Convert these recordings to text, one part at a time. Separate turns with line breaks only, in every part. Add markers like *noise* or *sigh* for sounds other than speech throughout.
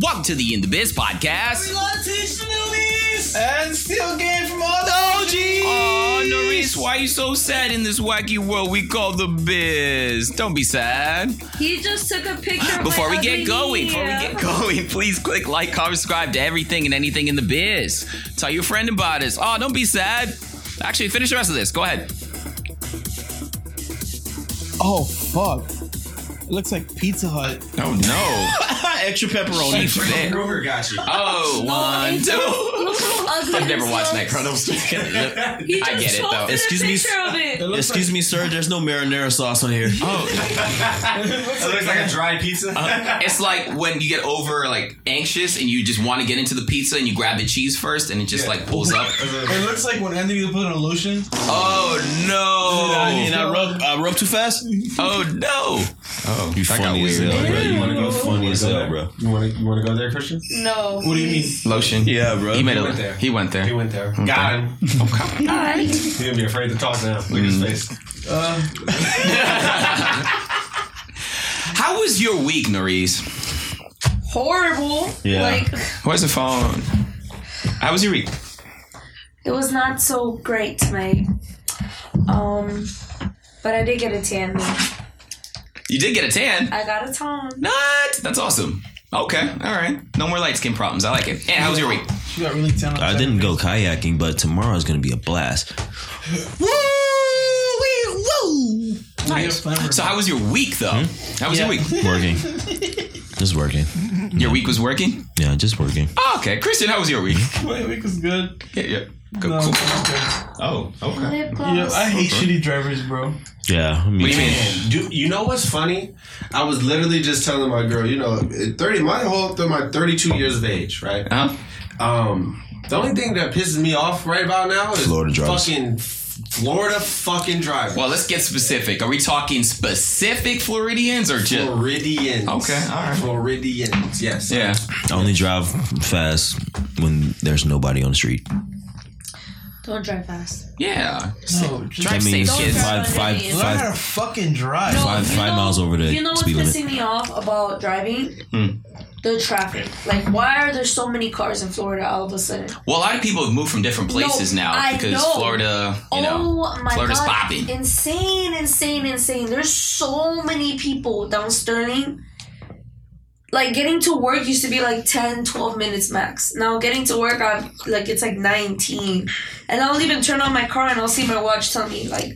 Welcome to the In the Biz podcast.
And still game from all the
Oh, Norris, why are you so sad in this wacky world we call the biz? Don't be sad.
He just took a picture. of
Before
my
we
ugly
get going,
knee.
before we get going, please click like, comment, subscribe to everything and anything in the biz. Tell your friend about us. Oh, don't be sad. Actually, finish the rest of this. Go ahead.
Oh fuck! It looks like Pizza Hut.
Oh no.
Extra pepperoni.
She's there.
Kroger got you.
Oh, one, two.
Look how *laughs* ugly
I've never
this
*laughs*
watched Night
looks.
Chronicles.
He
I get
just
it, though.
posted
Excuse
a
me.
picture of it.
Excuse me, sir. There's no marinara sauce on here.
*laughs* It looks like a dry pizza.
It's like when you get over like anxious and you just want to get into the pizza and you grab the cheese first and it just like pulls up.
*laughs* it looks like when Anthony put on a lotion.
Oh
*laughs*
I mean,
no!
I rub, I rub too fast.
Oh no!
You funny as hell, bro. You want to go funny as hell, bro?
You want to? You want to go there, Christian?
No.
What do you mean?
Lotion.
Yeah, bro.
He made a.
went there.
He went there.
He went there.
Mm.
Got him. He's gonna be afraid to talk now. Look at
Mm.
his face.
How was your week, Norris?
Horrible.
Yeah.
Like
Where's the phone? How was your week?
it was not so great tonight. Um, but I did get a tan. though.
You did get a tan.
I got a tan.
Not. That's awesome. Okay. All right. No more light skin problems. I like it. And how was your week?
She got really talented.
I didn't go kayaking, but tomorrow is gonna be a blast. Woo! Wee, woo!
Nice. So how was your week though?
Hmm?
How was your week?
Working. Just working.
Your week was working.
Yeah, just working.
Oh, okay, Christian, how was
*laughs*
your week?
My week was good.
yeah, yeah. Go,
No,
cool.
it's okay.
Oh, okay.
Lip
Yeah,
gloss.
I hate shitty drivers, bro.
Yeah. Me
What do you mean?
Do you know what's funny? I was literally just telling my girl, you know, at thirty, my whole through my thirty-two years of age, right?
Huh?
Um, the only thing that pisses me off right about now is
Florida drivers.
fucking Florida fucking drivers,
Well, let's get specific. Are we talking specific Floridians or just?
Floridians.
Okay, all right.
Floridians. Yes.
Yeah.
I only drive fast when there's nobody on the street.
Don't drive fast.
Yeah.
Oh,
No, just
Drive
That means
safe, kids.
five, five,
Don't
learn how
five,
to fucking drive.
No,
Five-
you
five miles over the
You know what's
speed limit. Hmm.
pissing me off about driving? The traffic. Like, why are there so many cars in Florida all of a sudden?
Well, a lot of people have moved from different places
No,
now
I
because
know.
Florida, you know,
oh my
Florida's
god!
popping.
Insane, insane, insane. There's so many people down Sterling. Like getting to work used to be like 10, 12 minutes max. Now getting to work, I'm like it's like 19, and I'll even turn on my car and I'll see my watch tell me like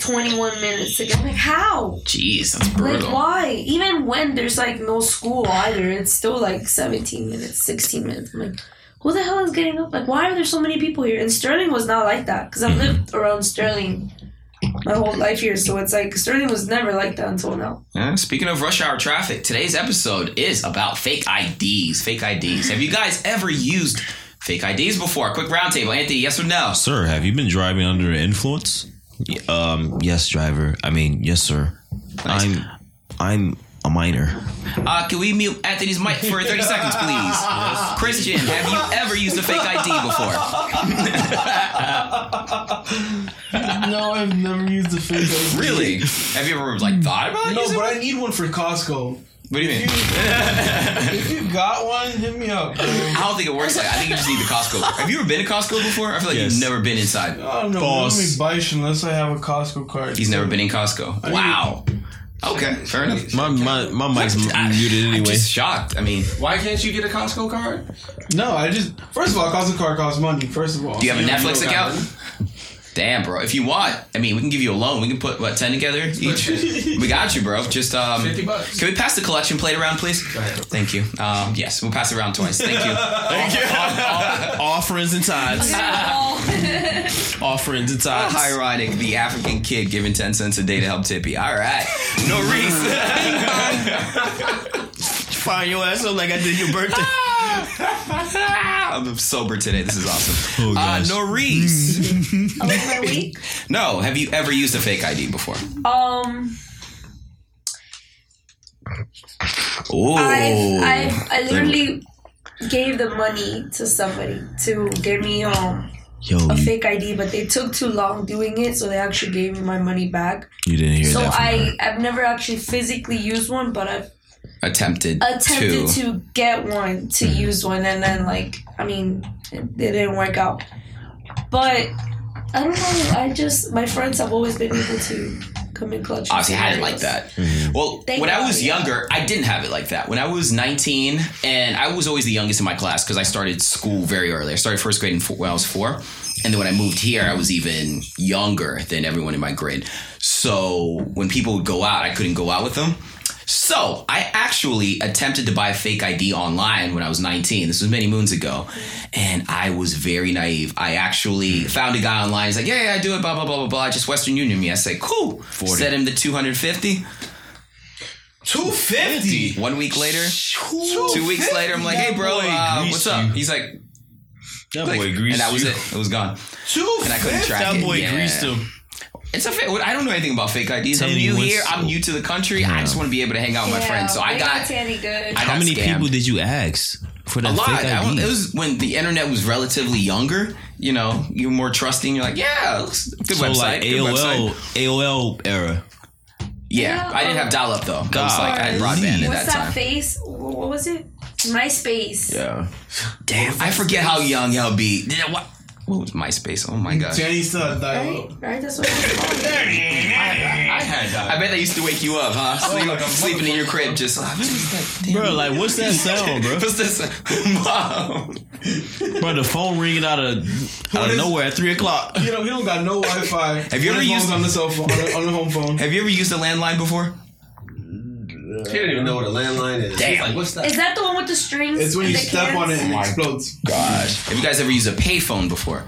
21 minutes to get. I'm like how?
Jeez, that's
Like
brutal.
why? Even when there's like no school either, it's still like 17 minutes, 16 minutes. I'm like, who the hell is getting up? Like, why are there so many people here? And Sterling was not like that because I've lived around Sterling my whole life here, so it's like Sterling was never like that until *laughs* now.
Yeah, speaking of rush hour traffic, today's episode is about fake IDs. Fake IDs. Have you guys ever used fake IDs before? Quick roundtable, Anthony. Yes or no?
Sir, have you been driving under the influence? Y- Um, yes, driver. I mean, yes, sir. I'm, I'm a minor.
Uh, can we mute Anthony's mic for 30 seconds, please? Christian, have you ever used a fake ID before?
No, I've never used a fake ID.
Really? Have you ever like thought about
No,
using
but
one?
I need one for Costco.
What do you mean?
If you got one, hit me up. Bro.
I don't think it works like I think you just need the Costco. Have you ever been to Costco before? I feel like
Yes.
you've never been inside.
I don't know.
Boss.
Let me bite unless I have a Costco card.
He's never been in Costco. Wow. Okay, fair enough.
My my my mic's
I-
m- muted
I'm
anyway.
just shocked. I mean,
Why can't you get a Costco card?
No, I just. First of all, Costco card costs money. First of all,
do you have a
You
Netflix
don't
account?
got
Damn, bro. If you want, I mean, we can give you a loan. We can put what ten together each. we got you, bro. Just um,
50 bucks.
Can we pass the collection plate around, please?
ahead.
Thank you. Um, yes, we'll pass it around twice. Thank you.
*laughs*
Thank you.
Offerings and tithes. Offerings and tithes.
Ironic, uh, the African kid giving ten cents a day to help Tippy. All right, no reason.
Find your ass up like I did your birthday.
*laughs* I'm sober today. This is awesome.
Oh,
Uh,
gosh.
Norris.
*laughs* Over my week.
no, have you ever used a fake ID before?
Um,
Oh,
I, I, I literally gave the money to somebody to give me um
Yo,
a
you,
fake ID, but they took too long doing it, so they actually gave me my money back.
you didn't hear
So
that from
I
her.
I've never actually physically used one, but I've
attempted,
attempted to, get one to
Mm-hmm.
use one, and then like I mean it, it didn't work out. But I don't know. I just my friends have always been able to come in clutch.
obviously had it like that. Well,
Thank
when I
God,
was
yeah.
younger, I didn't have it like that. When I was 19, and I was always the youngest in my class because I started school very early. I started first grade in four, when I was four. And then when I moved here, I was even younger than everyone in my grade. So when people would go out, I couldn't go out with them. So I actually attempted to buy a fake ID online when I was 19. This was many moons ago. And I was very naive. I actually found a guy online. He's like, yeah, yeah, I do it, blah, blah, blah, blah, blah. Just Western Union me. I say, cool. Set him to 250.
250.
One week later, two weeks later, I'm like, hey, bro, uh, what's up? He's like,
That
click.
boy
and
greased
that was
you.
it. It was gone.
And
I couldn't track
that
it.
boy
Yeah.
greased him.
It's a fa- I don't know anything about fake IDs. I'm
Teddy
new
was-
here. I'm new to the country. I just want to be able to hang out with my friends. So I got, I
Tanny good.
got
How many
scammed.
people did you ask for that
a lot.
fake
I don't-
ID?
it was when the internet was relatively younger. You know, you're more trusting. You're like, yeah, it looks- good
so
website.
like
good
AOL,
website.
AOL era.
Yeah,
Yeah.
I didn't have dial up though. I was like, I had
Golly.
broadband at that
What's that,
time.
face? Wh- What was it? MySpace.
Yeah.
Damn, I forget how young y'all be. Yeah, What what was MySpace? Oh my gosh.
Danny still
Right, right. That's what it's called.
I had
uh,
I
that.
bet that used to wake you up, huh?
Oh,
Sleep,
like a
sleeping in your crib, just ah,
Bro, like, what's that sound, bro?
*laughs* what's this? *laughs* Mom.
bro, the phone ringing out of out of
is-
nowhere at three *laughs* o'clock.
You know, he don't got no Wi-Fi. Have
you ever used-
on the cell phone on the, on the home phone?
*laughs* Have you ever used a landline before?
He didn't even know what a landline is.
Damn.
Like, what's that?
Is that the one with the strings?
It's when you
and the
step on it
cans?
and it explodes.
Oh Gosh, have you guys ever used a payphone before?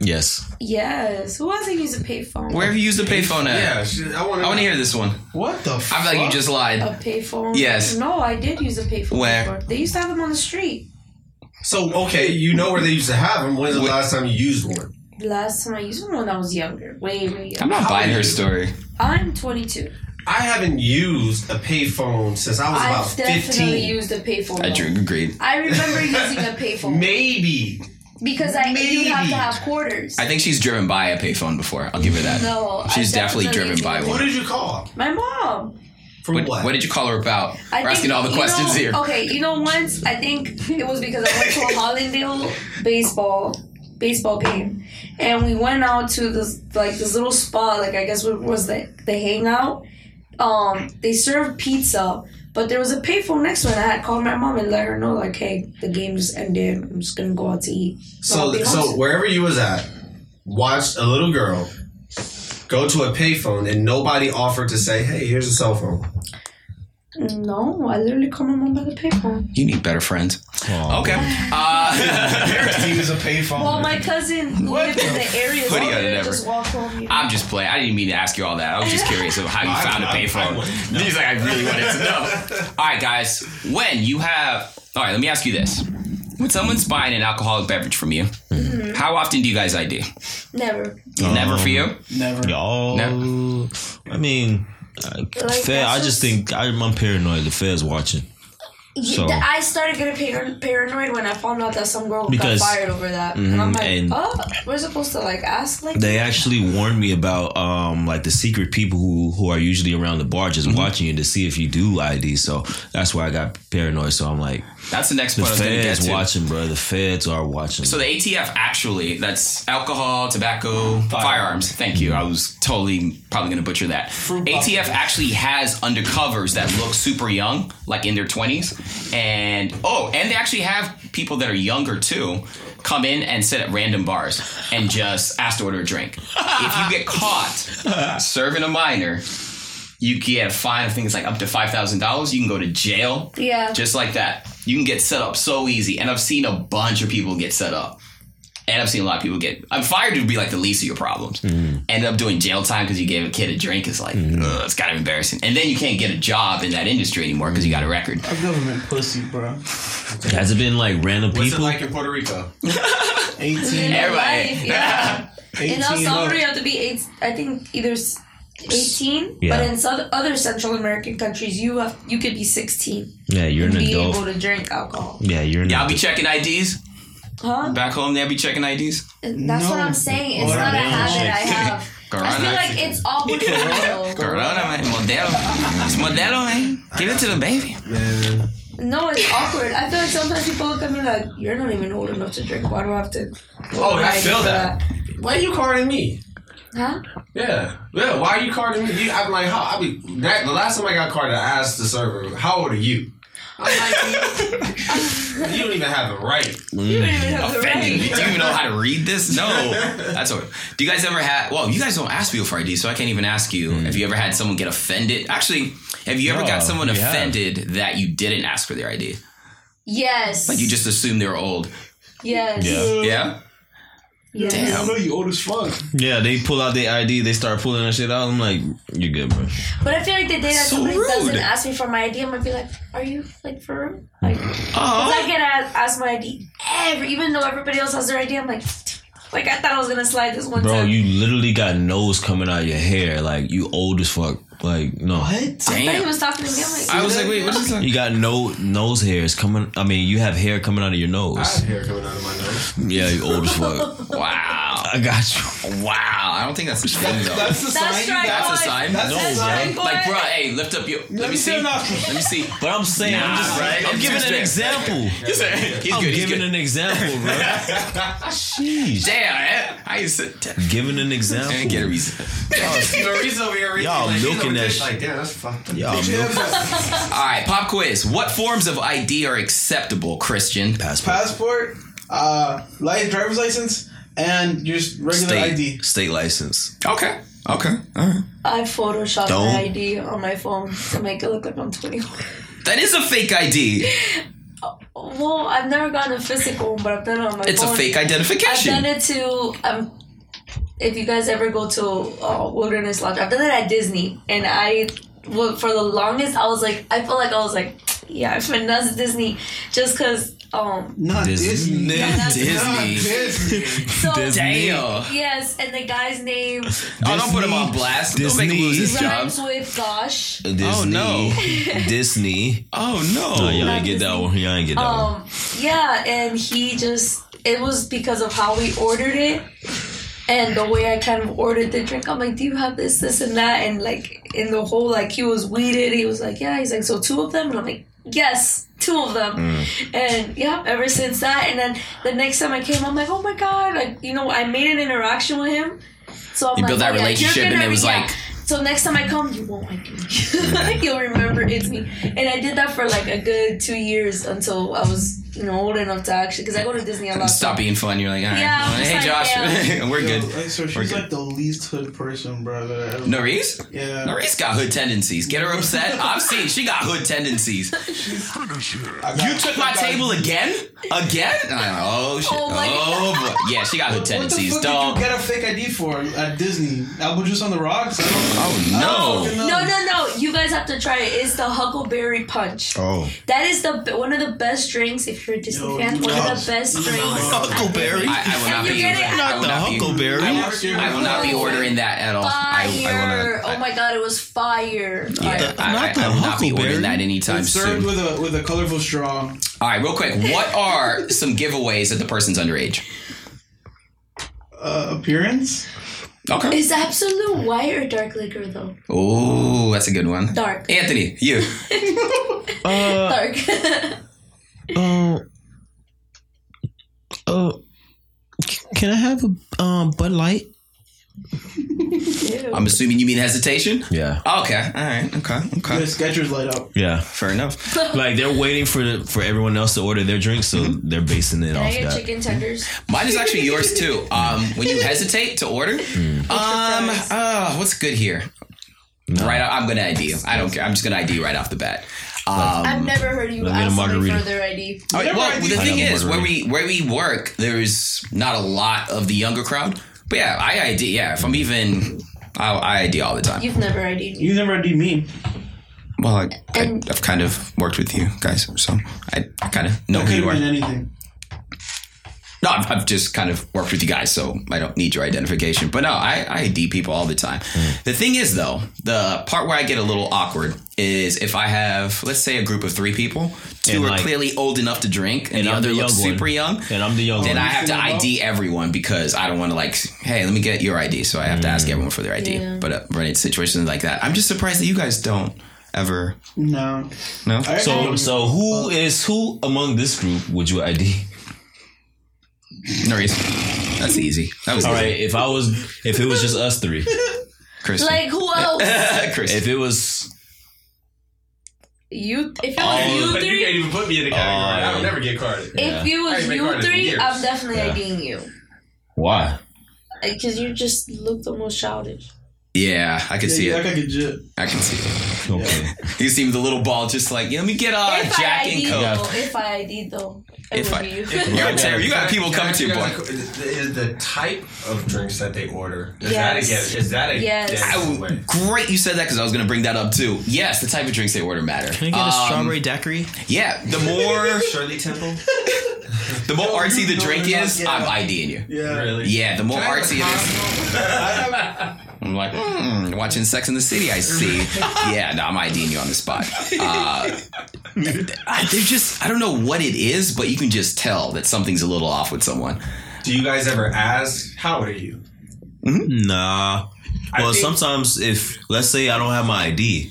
Yes.
Yes. Who hasn't used a payphone?
Where have you used a payphone at?
Yeah, shit, I want
I want to hear this one.
What the?
I feel like you just lied.
A payphone?
Yes.
No, I did use a payphone.
Where?
before. They used to have them on the street.
So okay, you know where they used to have them. When's the
Wait.
last time you used one?
The last time I used them when I was younger. Way, way
I'm
younger.
not
How
buying
are
her
you?
story.
I'm 22.
I haven't used a payphone since I was about
I've definitely
fifteen.
used a payphone.
I drink agreed.
I remember using a
*laughs*
payphone
Maybe.
because I you have to have quarters.
I think she's driven by a payphone before. I'll give her that.
No, I
she's definitely,
definitely
driven by
did.
Who
one.
did you call?
My mom.
For
What,
what?
what did you call her about?
I
We're asking
think-
all the
you
questions
know- oh.
here.
Okay, you know, once I think it was because I went to a Hollandale baseball baseball game, and we went out to this like this little spot, like I guess what was the the hangout. Um, they served pizza, but there was a payphone next to it. and I had called my mom and let her know, like, hey, the game just ended. I'm just gonna go out to eat.
so
I'll be
so
home.
wherever you was at, watched a little girl go to a payphone and nobody offered to say, "Hey, here's a cell phone."
no, I literally called my mom by the payphone.
You need better friends. Okay. Uh,
He was a payphone.
Well, my cousin who lived in the area, so
Hoodie
I
on it,
just
never.
walked home. you know.
I'm just playing. I didn't mean to ask you all that. I was just curious of how
*laughs*
you found a payphone. *laughs* He's like, I really wanted to know. all right, guys. When you have, all right, let me ask you this: When someone's buying an alcoholic beverage from you,
Mm-hmm.
how often do you guys ID?
never.
Never
Um,
for you.
Never.
Y'all. I mean, uh, Fed,
that's
I just
just-
think I'm, I'm paranoid. The Fed's watching.
Yeah,
So-
th- I started getting par- paranoid when I found out that some girl
Because-
got
Mm-hmm,
fired over that, and I'm like,
and-
oh, we're supposed to like ask like
They actually warned me about um like the secret people who who are usually around the bar just
Mm-hmm.
watching you to see if you do ID. So that's why I got paranoid. So I'm like,
That's the next
the
part I was going to get
Feds
to.
watching, bro. The Feds are watching.
So the ATF actually, that's alcohol, tobacco, firearms. Thank you. I was totally probably going to butcher that. ATF actually has undercovers that look super young, like in their 20s. And oh, and they actually have people that are younger too. come in and sit at random bars and just ask to order a drink. If you get caught serving a minor, you get a fine. I think it's like up to five thousand dollars. You can go to jail.
Yeah.
Just like that, you can get set up so easy. And I've seen a bunch of people get set up. And I've seen a lot of people get. I'm fired would be like the least of your problems. End up doing jail time because you gave a kid a drink is like, ugh, it's kind of embarrassing. And then you can't get a job in that industry anymore because you got a record.
Government pussy, bro.
Has it been like random
What's
people?
it like in Puerto Rico?
18.
Everybody.
Life, yeah. in
18
El Salvador,
up.
you have to be eight. I think either s- eighteen,
Yeah.
but in some other Central American countries, you have you could be sixteen
yeah, you're an
and be able
adult.
to drink alcohol.
Yeah, you're an
Y'all be
adult.
checking IDs
Huh?
back home. They'll be checking IDs.
And That's what I'm saying. It's not a habit I
*laughs*
have. I feel like it's obligated. though.
Corona, man. Modelo. It's Modelo, man. Give it to the baby.
Man.
No, it's awkward. I feel like sometimes people look at me like, "You're not even old enough to drink. Why do I have to?"
Oh, I
provide
feel
for
that. Why are you carding me?
Huh?
Yeah, yeah. Why are you carding me? You, I'm like, how? I mean, that, the last time I got carded, I asked the server, "How old are you?"
Oh,
I'm like, you don't even have it right.
You don't even have the
Mm. Offended. *laughs* Do you
right.
even know how to read this? *laughs* No. That's what. Do you guys ever had? Well, you guys don't ask people for ID, so I can't even ask you. Have you ever had someone get offended? Actually, have you ever
No,
got someone
we have.
offended that you didn't ask for their ID?
Yes.
Like you just assumed they were old.
Yes.
Yeah.
Yeah.
Yes.
Damn.
know you old as fuck.
Yeah, they pull out their ID, they start pulling that shit out. I'm like, you're good, bro.
But I feel like the day that
So
somebody doesn't
rude.
ask me for my ID, I'm gonna be like, "Are you like for real?" Like, 'cause
Oh.
I get asked, asked my ID every, even though everybody else has their ID. I'm like, like I thought I was gonna slide this one
Bro,
time.
you literally got nose coming out of your hair. Like, you old as fuck. Like, no.
I thought he
Damn.
was talking to me. I'm like,
I was like, wait, what is that?
You got no nose hairs coming. I mean, you have hair coming out of your
I
nose.
have hair coming out of my nose.
Yeah, you old
*laughs*
as fuck.
Wow.
I got you.
Wow. I don't think that's a thing though.
the
that's strike
That's a
one.
sign.
That's
No,
strike one.
Like, bro, hey, lift up your. Let, me see. Let me *laughs* see.
But I'm saying, I'm
Nah,
just.
right?
I'm
It's
giving
just
an
fair.
example.
He's
I'm
good. He's
giving
good.
an example,
*laughs*
bro. Jeez.
Damn. eh? I used to.
Giving
Man,
an
get a
example.
reason.
*laughs* Maurice over here.
Y'all
like,
milking that
this,
shit.
Like, damn, that's fucked up.
Y'all milk
All right, pop quiz. What forms of ID are acceptable, Christian?
passport.
Passport, uh, light driver's license, and just regular
State,
ID.
state license.
Okay. Okay. All right.
I photoshopped
Don't.
my ID on my phone to make it look like I'm 21.
That is a fake ID.
Well, I've never gotten a physical one, but I've done it on my
It's
phone.
a fake
I've done
identification.
it to um. If you guys ever go to uh, Wilderness Lodge, I've done it at Disney, and I well, for the longest I was like, I felt like I was like, yeah, I finessed Disney just because.
*laughs*
Um,
Not
Disney.
Disney.
Disney.
so
Damn.
yes, and the
*laughs*
guy's name
Oh, don't put him on blast. Don't make him lose his
Disney.
job.
rhymes with gosh.
Disney.
no. *laughs*
Disney.
Oh no.
No, y'all ain't get that one. Y'all ain't get that one.
Um, yeah, and he just it was because of how we ordered it and the way I kind of ordered the drink. I'm like, do you have this, this, and that? And like in the whole, like he was weeded. He was like, yeah. He's like, so two of them, and I'm like, yes. Two of them,
Mm.
and yeah. Ever since that, and then the next time I came, I'm like, oh my god, like you know, I made an interaction with him. So I'm
You
like,
built that
oh, yeah, you're
relationship, and
gonna
it was
be- yeah.
like-
so next time I come, you won't like me. *laughs* You'll remember it's me. And I did that for like a good two years until I was, you know, old enough to actually, because I go to Disney a lot.
Stop being fun. You're like, all right.
Yeah, I'm
Well,
just
hey,
like,
Josh. *laughs* We're
Yo,
good.
Like, so she's like the least hood person, bro. That I ever,
Norris?
Yeah.
Norris got hood tendencies. Get her
*laughs*
upset. I've seen she got hood tendencies. You took my table again? Again? Oh shit.
Oh, my
Oh, boy. yeah, she got hood
What the
tendencies.
fuck did
Don't.
you get a fake ID for at Disney? Apple juice on the rocks? I don't,
Oh no.
fucking know.
No, no, no. You guys have to try it. It's the Huckleberry Punch.
Oh.
That is the one of the best drinks if you're a Disney
Yo,
fan. One
no.
of the best drinks.
*laughs*
Huckleberry.
I, I will not
And you
be.
get it
I will
Not the
not be-
Huckleberry.
I will, I will not be ordering that at all. I, I
Fire!
will
oh
not.
my god, it was fire.
I,
Fire.
I-
Not the
I will not be
Huckleberry.
ordering that anytime
It's served
soon.
with a with a colorful straw.
All right, real quick.
*laughs*
What are some giveaways that the person's underage?
Uh, appearance?
Okay.
Is absolute white or dark liquor though?
Oh, that's a good one.
Dark.
Anthony, you.
Dark. *laughs*
Uh, uh, can I have a um Bud Light?
I'm assuming you mean hesitation?
Yeah.
Okay. All right. Okay. Okay.
The Skechers light up.
Yeah.
Fair enough.
Like they're waiting for the, for everyone else to order their drinks, so they're basing it
Can I
off
get
that.
chicken tenders?
Mine is actually yours too. Um, when you hesitate to order,
Mm.
um,
fries.
uh, what's good here? Right, I'm gonna ID you. I don't care. I'm just gonna ID you right off the bat. Um,
I've never heard you
Mm. Let me get a
ask somebody
margarita. Oh,
for their ID.
All right, Oh, well, the
I
thing
have a
is, where we where we work, there's not a lot of the younger crowd. But yeah, I ID. Yeah, if I'm even, I, I ID all the time.
You've never ID'd me.
You never did me.
Well, I, I,
And-
I've kind of worked with you guys, so I, I kind of know
I could
who
have
you
been
are.
anything.
No, I've, I've just kind of worked with you guys, so I don't need your identification. But no, I, I ID people all the time. The thing is, though, the part where I get a little awkward is if I have, let's say, a group of three people, two
And,
are
like-
clearly old enough to drink, and,
and
the
I'm
other
the
looks
young one.
super young.
and I'm the young
Then
one.
I have to ID everyone because I don't want to like, hey, let me get your ID. So I have to ask everyone for their ID.
Yeah.
But uh, running situations like that, I'm just surprised that you guys don't ever.
No.
No,
I
so
remember-
so who is who among this group would you ID?
no reason. That's easy. That was
All
easy.
right, if I was if it was just us three,
*laughs* Kristen.
Like who else?
*laughs* Kristen.
if it was
you if it
Oh,
was you
But you
three,
can't even put me in the category. I would never get carded.
yeah.
if it
I
was
haven't been
you
carded in
three,
years.
I'm definitely
Yeah.
IDing you
why?
because you just look the most childish.
yeah, I can
Yeah,
see
you
it.
act like a jit.
I can see it.
Okay,
You seem the little ball, just like yeah, let me get uh,
if
Jack
I
and
ID'd
Coke.
though, if I ID'd though, it
If
would
I-
be *laughs* you. *laughs*
You're a terror. You got people
Can I
coming
ask
to you,
guys
boy.
a qu- Is the type of drinks that they order is
Yes.
that a is that a
Yes.
yes.
I
I
w- great, you said that because I was going to bring that up too. Yes, the type of drinks they order matter. Um,
daiquiri?
Yeah, the more
Shirley Temple.
the more artsy the
no,
drink
no,
is,
yeah.
I'm IDing you.
Yeah.
Really?
Yeah, the more
Can I have a
artsy it is.
I have,
I'm like, hmm, watching Sex in the City, I see. yeah, no, I'm IDing you on the spot. Uh, *laughs* I, they're just, I don't know what it is, but you can just tell that something's a little off with someone.
*laughs* Do you guys ever ask how old are you?
Nah.
I
Well,
think-
sometimes if let's say I don't have my ID,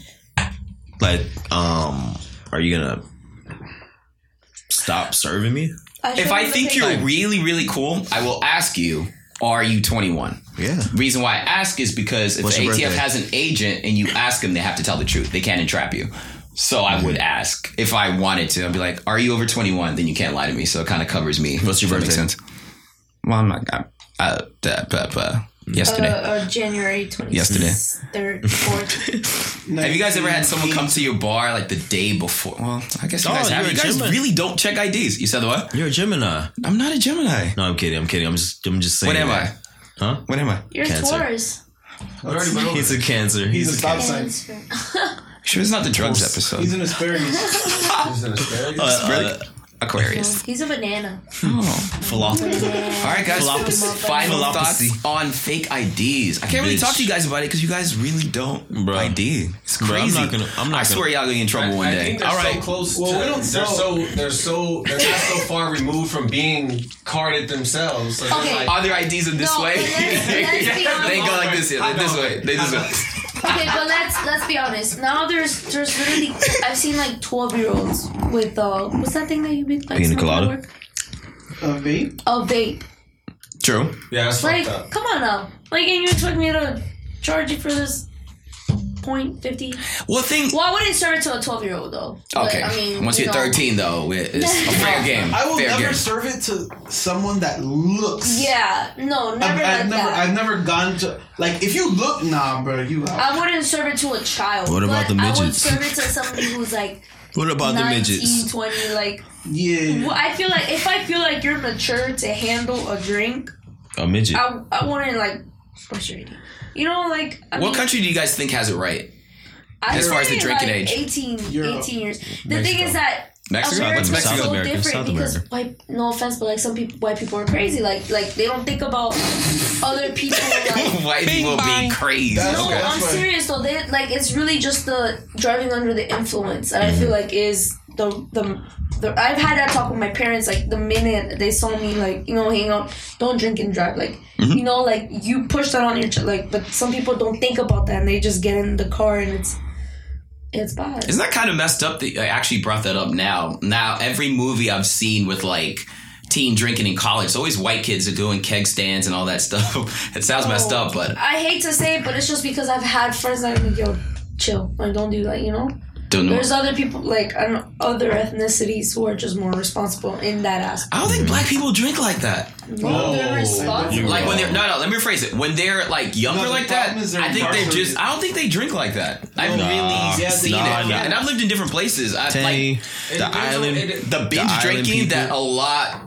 like, um, are you gonna stop serving me?
If I think you're really, really cool, I will ask you, are you 21?
Yeah.
Reason why I ask is because if
What's
the ATF
your birthday?
has an agent and you ask them, they have to tell the truth. They can't entrap you. So I would ask if I wanted to. I'd be like, "Are you over 21?" Then you can't lie to me. So it kind of covers me.
What's your
If that
birthday?
Makes sense. Well, I'm not. I, I, uh, uh, uh, yesterday.
Uh, uh, January 26th,
Yesterday. *laughs*
Third, 4th.
have you guys ever had someone come to your bar like the day before? Well, I guess you
Oh,
guys have.
you're
You
a
guys
Gemini.
really don't check IDs. You said what?
You're a Gemini.
I'm not a Gemini.
No, I'm kidding. I'm kidding. I'm just. I'm just saying.
What am I?
that. Huh?
What am I?
You're
Cancer.
Taurus.
I already went over
He's a Cancer.
He's a
He's a.
stop sign.
*laughs*
Sure, it's not the drugs episode.
He's an asparagus.
this and asparagus.
Uh, uh,
Really? Aquarius.
He's a banana.
falafel.
All right, guys.
Philopathy.
Final
Philopathy.
thoughts on fake IDs. I can't really
Bitch.
talk to you guys about it because you guys really don't
Bruh.
ID. It's
Bruh, I'm
crazy.
not gonna- I'm not
I
gonna-
swear y'all gonna get in trouble one
I
day.
think they're
All right.
so close.
Well,
to,
we don't
they're
know.
so they're so they're not so far removed from being carded themselves. So they're
Okay.
like,
Are their IDs in this
No,
way?
but let's- let's
*laughs*
be
they go like this. Yeah,
honest.
this way. They just go.
Okay, but let's let's be honest. Now there's there's literally I've seen like twelve year olds with uh what's that thing that you be like
Pina
smoking
colada?
at work?
A vape?
A vape.
True.
yeah, that's
Like,
fucked up. *laughs*
come on now. Like, and you expect me to charge you for this point fifty?
Well, thing.
Well, I wouldn't serve it to a twelve year old though. But,
Okay.
I mean,
Once
you
you're
know.
13, though, it- it's
*laughs*
a fair game.
I will
fair
never
game.
serve it to someone that looks.
Yeah. No,
I've,
never like
I've never,
that.
I've never gone to like if you look, nah, bro, you out.
I wouldn't serve it to a child.
What about
but
the
I would
midgets?
serve it to somebody who's like
What *laughs* about the
19,
midgets?
20, like
yeah.
Well, I feel like if I feel like you're mature to handle a drink,
A midget.
I, I wouldn't like force your ID. You know, like I
What
mean,
country do you guys think has it right?
I
as far as the
say,
drinking age?
like, 18,
Europe.
18 years. The thing is that
Mexico?
America's
What's Mexico?
so
South America,
different
South
because
America.
white. No offense, but like some people, white people are crazy. Like like they don't think about other people.
*laughs*
Like,
White people be crazy.
no,
Okay.
Oh, I'm
why-
serious though. They like it's really just the driving under the influence, and I feel like is the the. the I've had that talk with my parents. Like the minute they saw me, like you know, hang out, don't drink and drive. Like you know, like you push that on your ch- like. But some people don't think about that, and they just get in the car, and it's it's bad.
Isn't that kind of messed up that I actually brought that up now? Now, every movie I've seen with like teen drinking in college. It's always white kids are doing keg stands and all that *laughs* stuff. it sounds messed up, but
I hate to say it, but it's just because I've had friends that are like, yo, chill. Like, don't do that, you know?
don't know.
There's other people, like, I don't, other ethnicities who are just more responsible in that aspect.
I don't think black people drink like that.
No,
Oh.
they're responsible.
Like when they're no no. Let me rephrase it. When they're like younger
No, the
like that,
problem is they're
I think they
incarcerated.
just. I don't think they drink like that. I've
Nah.
really
Yeah,
seen
nah,
it,
nah.
and I've lived in different places. I
Tangy,
like
the island,
the binge
island
drinking
people.
that a lot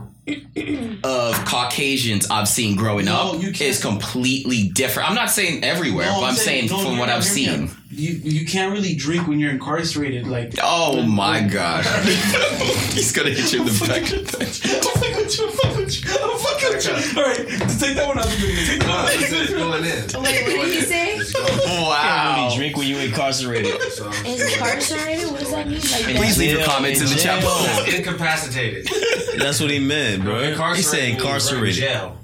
of Caucasians I've seen growing up
No, you can't-
is completely different. I'm not saying everywhere,
No,
but I'm saying,
no,
from
you're
what
not
I've
hearing
seen.
me. You you can't really drink when you're incarcerated. Like
Oh my god,
*laughs*
he's gonna hit you in the back. of the-
I'm fucking with you. I'm fucking with you. I'm fucking with you. All right, take that one out. of the video, Take
Nah, it's
that
just going in.
Wait, what did he say?
Only
Wow.
drink when you incarcerated.
*laughs* Incarcerated? What does that mean? Like,
Please leave your
Yeah,
comments in the chat
yeah.
below.
Incapacitated.
That's what he meant, bro. He
means
said
we're in
incarcerated.
Jail.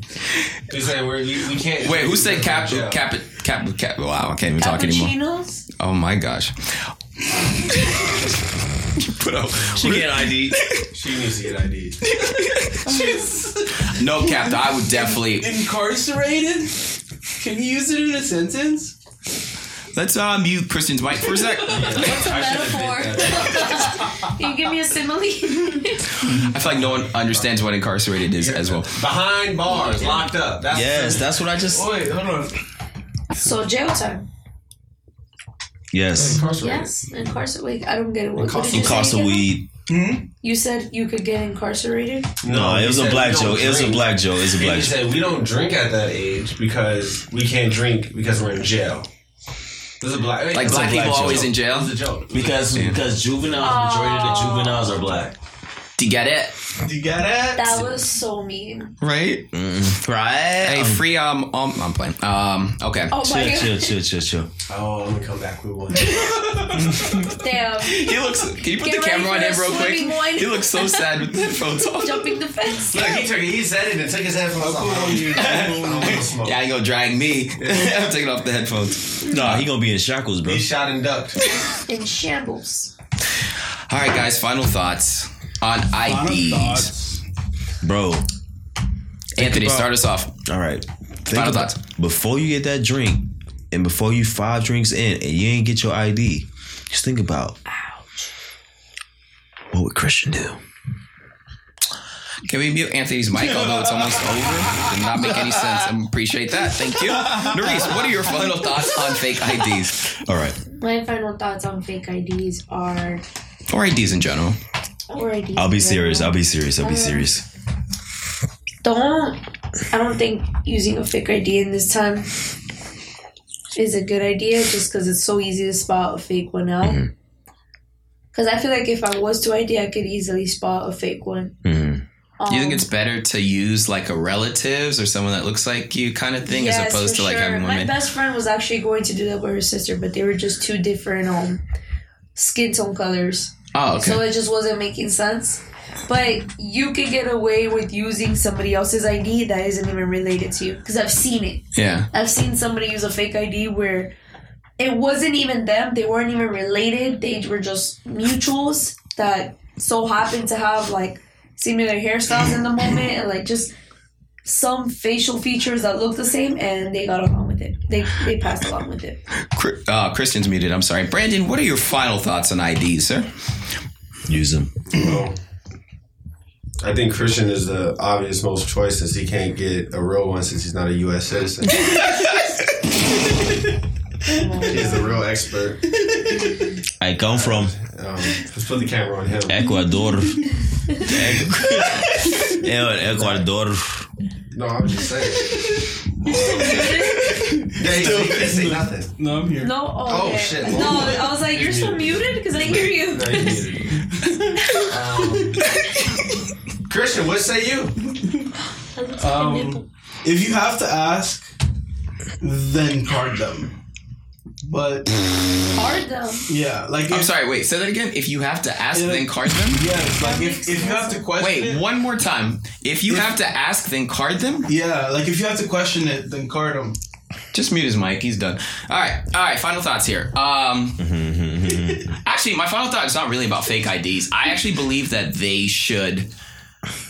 He said we're, you, we can't.
Wait, who said cap,
Jail.
cap, cap, cap? Wow, I can't even talk anymore.
cappuccinos?
Oh my gosh. *laughs* You Put out
She get ID.
She needs to get
*laughs*
ID.
*laughs* no cap. though, I would definitely *laughs*
one. Incarcerated? Can you use it in a sentence?
let's uh, mute Christian's mic for a
*laughs*
sec.
It's a metaphor. *laughs* Can you give me a simile?
I feel like no one understands what incarcerated is as well.
Behind bars, locked up. That's
Yes, that's what I just.
Wait, hold on.
*laughs* so, jail time.
Yes.
Incarcerated.
Yes, incarcerated. I don't get it. What, what did you say
Incarcerated.
again?
weed.
You said you could get incarcerated?
No, it was
he
a
said
black
we don't
joke. It was a
drink.
black joke. It was a
And
black
he
joke.
said we don't drink at that age because we can't drink because we're in jail. This is a black.
Like black people
joke.
always in jail.
This is a joke.
Because because juveniles, majority of
Oh.
the juveniles are black.
Do you get it?
You got it.
That was so
*laughs*
mean.
Right.
Right.
Hey, free. Um, um, I'm playing. Um, okay.
Oh my
Chill,
god.
chill, chill, chill, chill.
Oh, I'm gonna come back with one. *laughs*
Damn.
*laughs*
He looks. Can you put
Get
the
ready
camera on
for
him
a
real quick?
swimming one.
He looks so sad with the headphones
*laughs*
off.
Jumping the fence.
Look, he took it. He said it and took his headphones *laughs* off.
Yeah,
Yeah.
ain't gonna drag me. *laughs* I'm taking off the headphones.
Nah, he gonna be in shackles, bro.
He shot and ducked.
In shambles.
All right, guys. Final thoughts on IDs.
Bro,
Anthony,
about-
start us off.
all right. Think
Final
about-
thoughts.
Before you get that drink, and before you five drinks in, and you ain't get your ID, just think about. What would Christian do?
Can we mute Anthony's mic? Although it's almost over, did not make any sense. I appreciate that. Thank you, Nerese. What are your final thoughts on fake IDs
All right.
My final thoughts on fake IDs are
or IDs in general?
or IDs.
I'll be
in
serious.
general.
I'll be serious. I'll be serious.
don't I don't think using a fake ID in this time is a good idea just because it's so easy to spot a fake one out. Because I feel like if I was to ID, I could easily spot a fake one.
Mhm.
Do you think
Um,
it's better to use like a relatives or someone that looks like you kind of thing,
Yes,
as opposed
for
to like having
My
women?
best friend was actually going to do that with her sister, but they were just two different um skin tone colors.
Oh, okay.
So it just wasn't making sense. But you could get away with using somebody else's ID that isn't even related to you. Because I've seen it.
yeah.
I've seen somebody use a fake ID where it wasn't even them. They weren't even related. They were just mutuals that so happened to have like similar hairstyles in the moment and like just some facial features that look the same and they got along with it. They they passed along with it.
Cri- Uh, Christian's muted. I'm sorry, Brandon. What are your final thoughts on IDs, sir?
Use them.
Well, I think Christian is the obvious most choice since he can't get a real one since he's not a U.S.
*laughs*
citizen. he's the real expert.
I come from
Um, let's put the camera on him.
Eh. *laughs*
Ecuador. *laughs* El Ecuador.
No, I'm just saying. yeah, he, he didn't *laughs* say nothing.
No, I'm here.
No, oh,
Oh,
okay.
shit.
No, I was like, you're so muted because I hear you. *laughs*
No, he muted. Um, Christian, what say you?
Um, if you have to ask, then card them. But
Hard though.
yeah, like
I'm
if-
sorry. Wait, say that again. If you have to ask,
Yeah.
then card them.
*laughs* Yes, like
makes
if, if you have to question
Wait,
it,
one more time. If you have to ask, then card them.
yeah, like if you have to question it, then card them.
Just mute his mic. He's done. All right. All right. Final thoughts here.
*laughs*
Um, actually, my final thought is not really about fake IDs. I actually believe that they should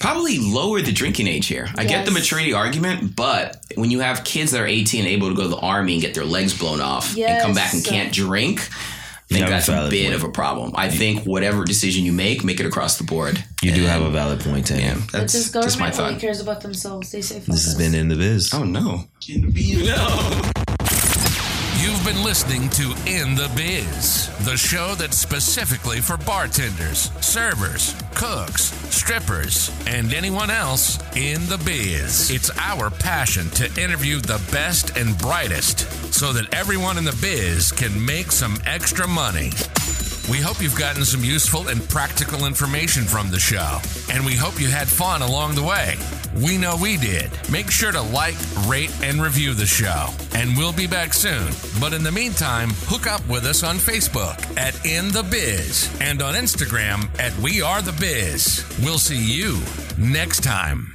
probably lower the drinking age here. I get the
Yes.
maturity argument, but when you have kids that are 18 and able to go to the army and get their legs blown off and come back and
Yes.
can't drink, I think
have a
that's a
valid
bit
point.
of a problem. I think whatever decision you make, make it across the board.
You do
And,
have a valid point, Tam.
Yeah,
But
that's
this
just,
government
my
only
thought.
cares about themselves. They say. fuck
This has
us.
been in the biz.
Oh no.
You've been listening to In the Biz, the show that's specifically for bartenders, servers, cooks, strippers, and anyone else in the biz. It's our passion to interview the best and brightest so that everyone in the biz can make some extra money. We hope you've gotten some useful and practical information from the show, and we hope you had fun along the way. We know we did. Make sure to like, rate, and review the show, and we'll be back soon. But in the meantime, hook up with us on Facebook at In The Biz and on Instagram at We Are The Biz. We'll see you next time.